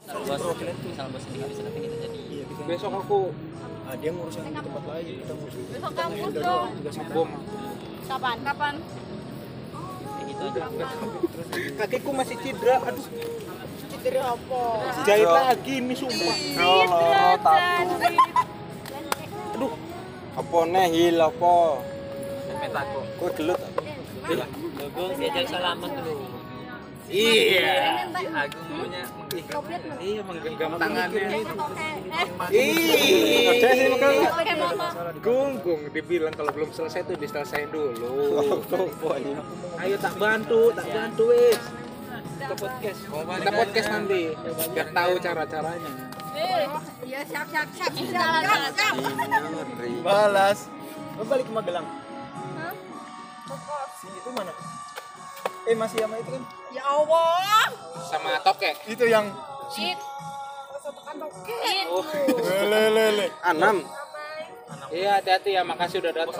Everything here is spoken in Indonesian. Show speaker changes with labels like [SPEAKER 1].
[SPEAKER 1] bos
[SPEAKER 2] perwakilan tuh.
[SPEAKER 1] misal bos sendiri bisa nanti kita jadi gitu
[SPEAKER 2] Iya, kita-
[SPEAKER 3] besok aku
[SPEAKER 2] Ah, dia ngurus yang di tempat lain, kita ngurus.
[SPEAKER 4] Besok kampus dong.
[SPEAKER 2] Tugas kita.
[SPEAKER 3] bom
[SPEAKER 4] Kapan? Kapan?
[SPEAKER 1] kayak gitu aja
[SPEAKER 3] kakiku masih cedera aduh
[SPEAKER 4] Cedera apa?
[SPEAKER 3] jahit lagi ini sumpah
[SPEAKER 4] Cedera
[SPEAKER 3] tato aduh apa nih hil apa
[SPEAKER 1] metako
[SPEAKER 3] kok gelut
[SPEAKER 1] logo diajak salaman dulu
[SPEAKER 4] kan,
[SPEAKER 3] iya
[SPEAKER 1] Agung punya
[SPEAKER 3] iya menggenggam
[SPEAKER 4] Eh, Ih.
[SPEAKER 3] iya ada sih makanya
[SPEAKER 4] Oke, mama.
[SPEAKER 3] Gunggung dibilang kalau belum selesai tuh diselesain dulu. Ayo tak bantu, tak bantu wes. Kita podcast. Kita podcast nanti. Biar tahu cara-caranya.
[SPEAKER 4] Eh, Iya, siap siap siap siap siap. siap.
[SPEAKER 5] Balas.
[SPEAKER 6] Lo balik ke Magelang.
[SPEAKER 4] Hah?
[SPEAKER 6] Si itu mana? Eh masih sama itu kan?
[SPEAKER 4] Ya Allah.
[SPEAKER 3] Sama tokek.
[SPEAKER 5] Itu yang
[SPEAKER 4] It. It.
[SPEAKER 5] lele.
[SPEAKER 3] Anam. Iya, hati-hati ya. Makasih udah datang.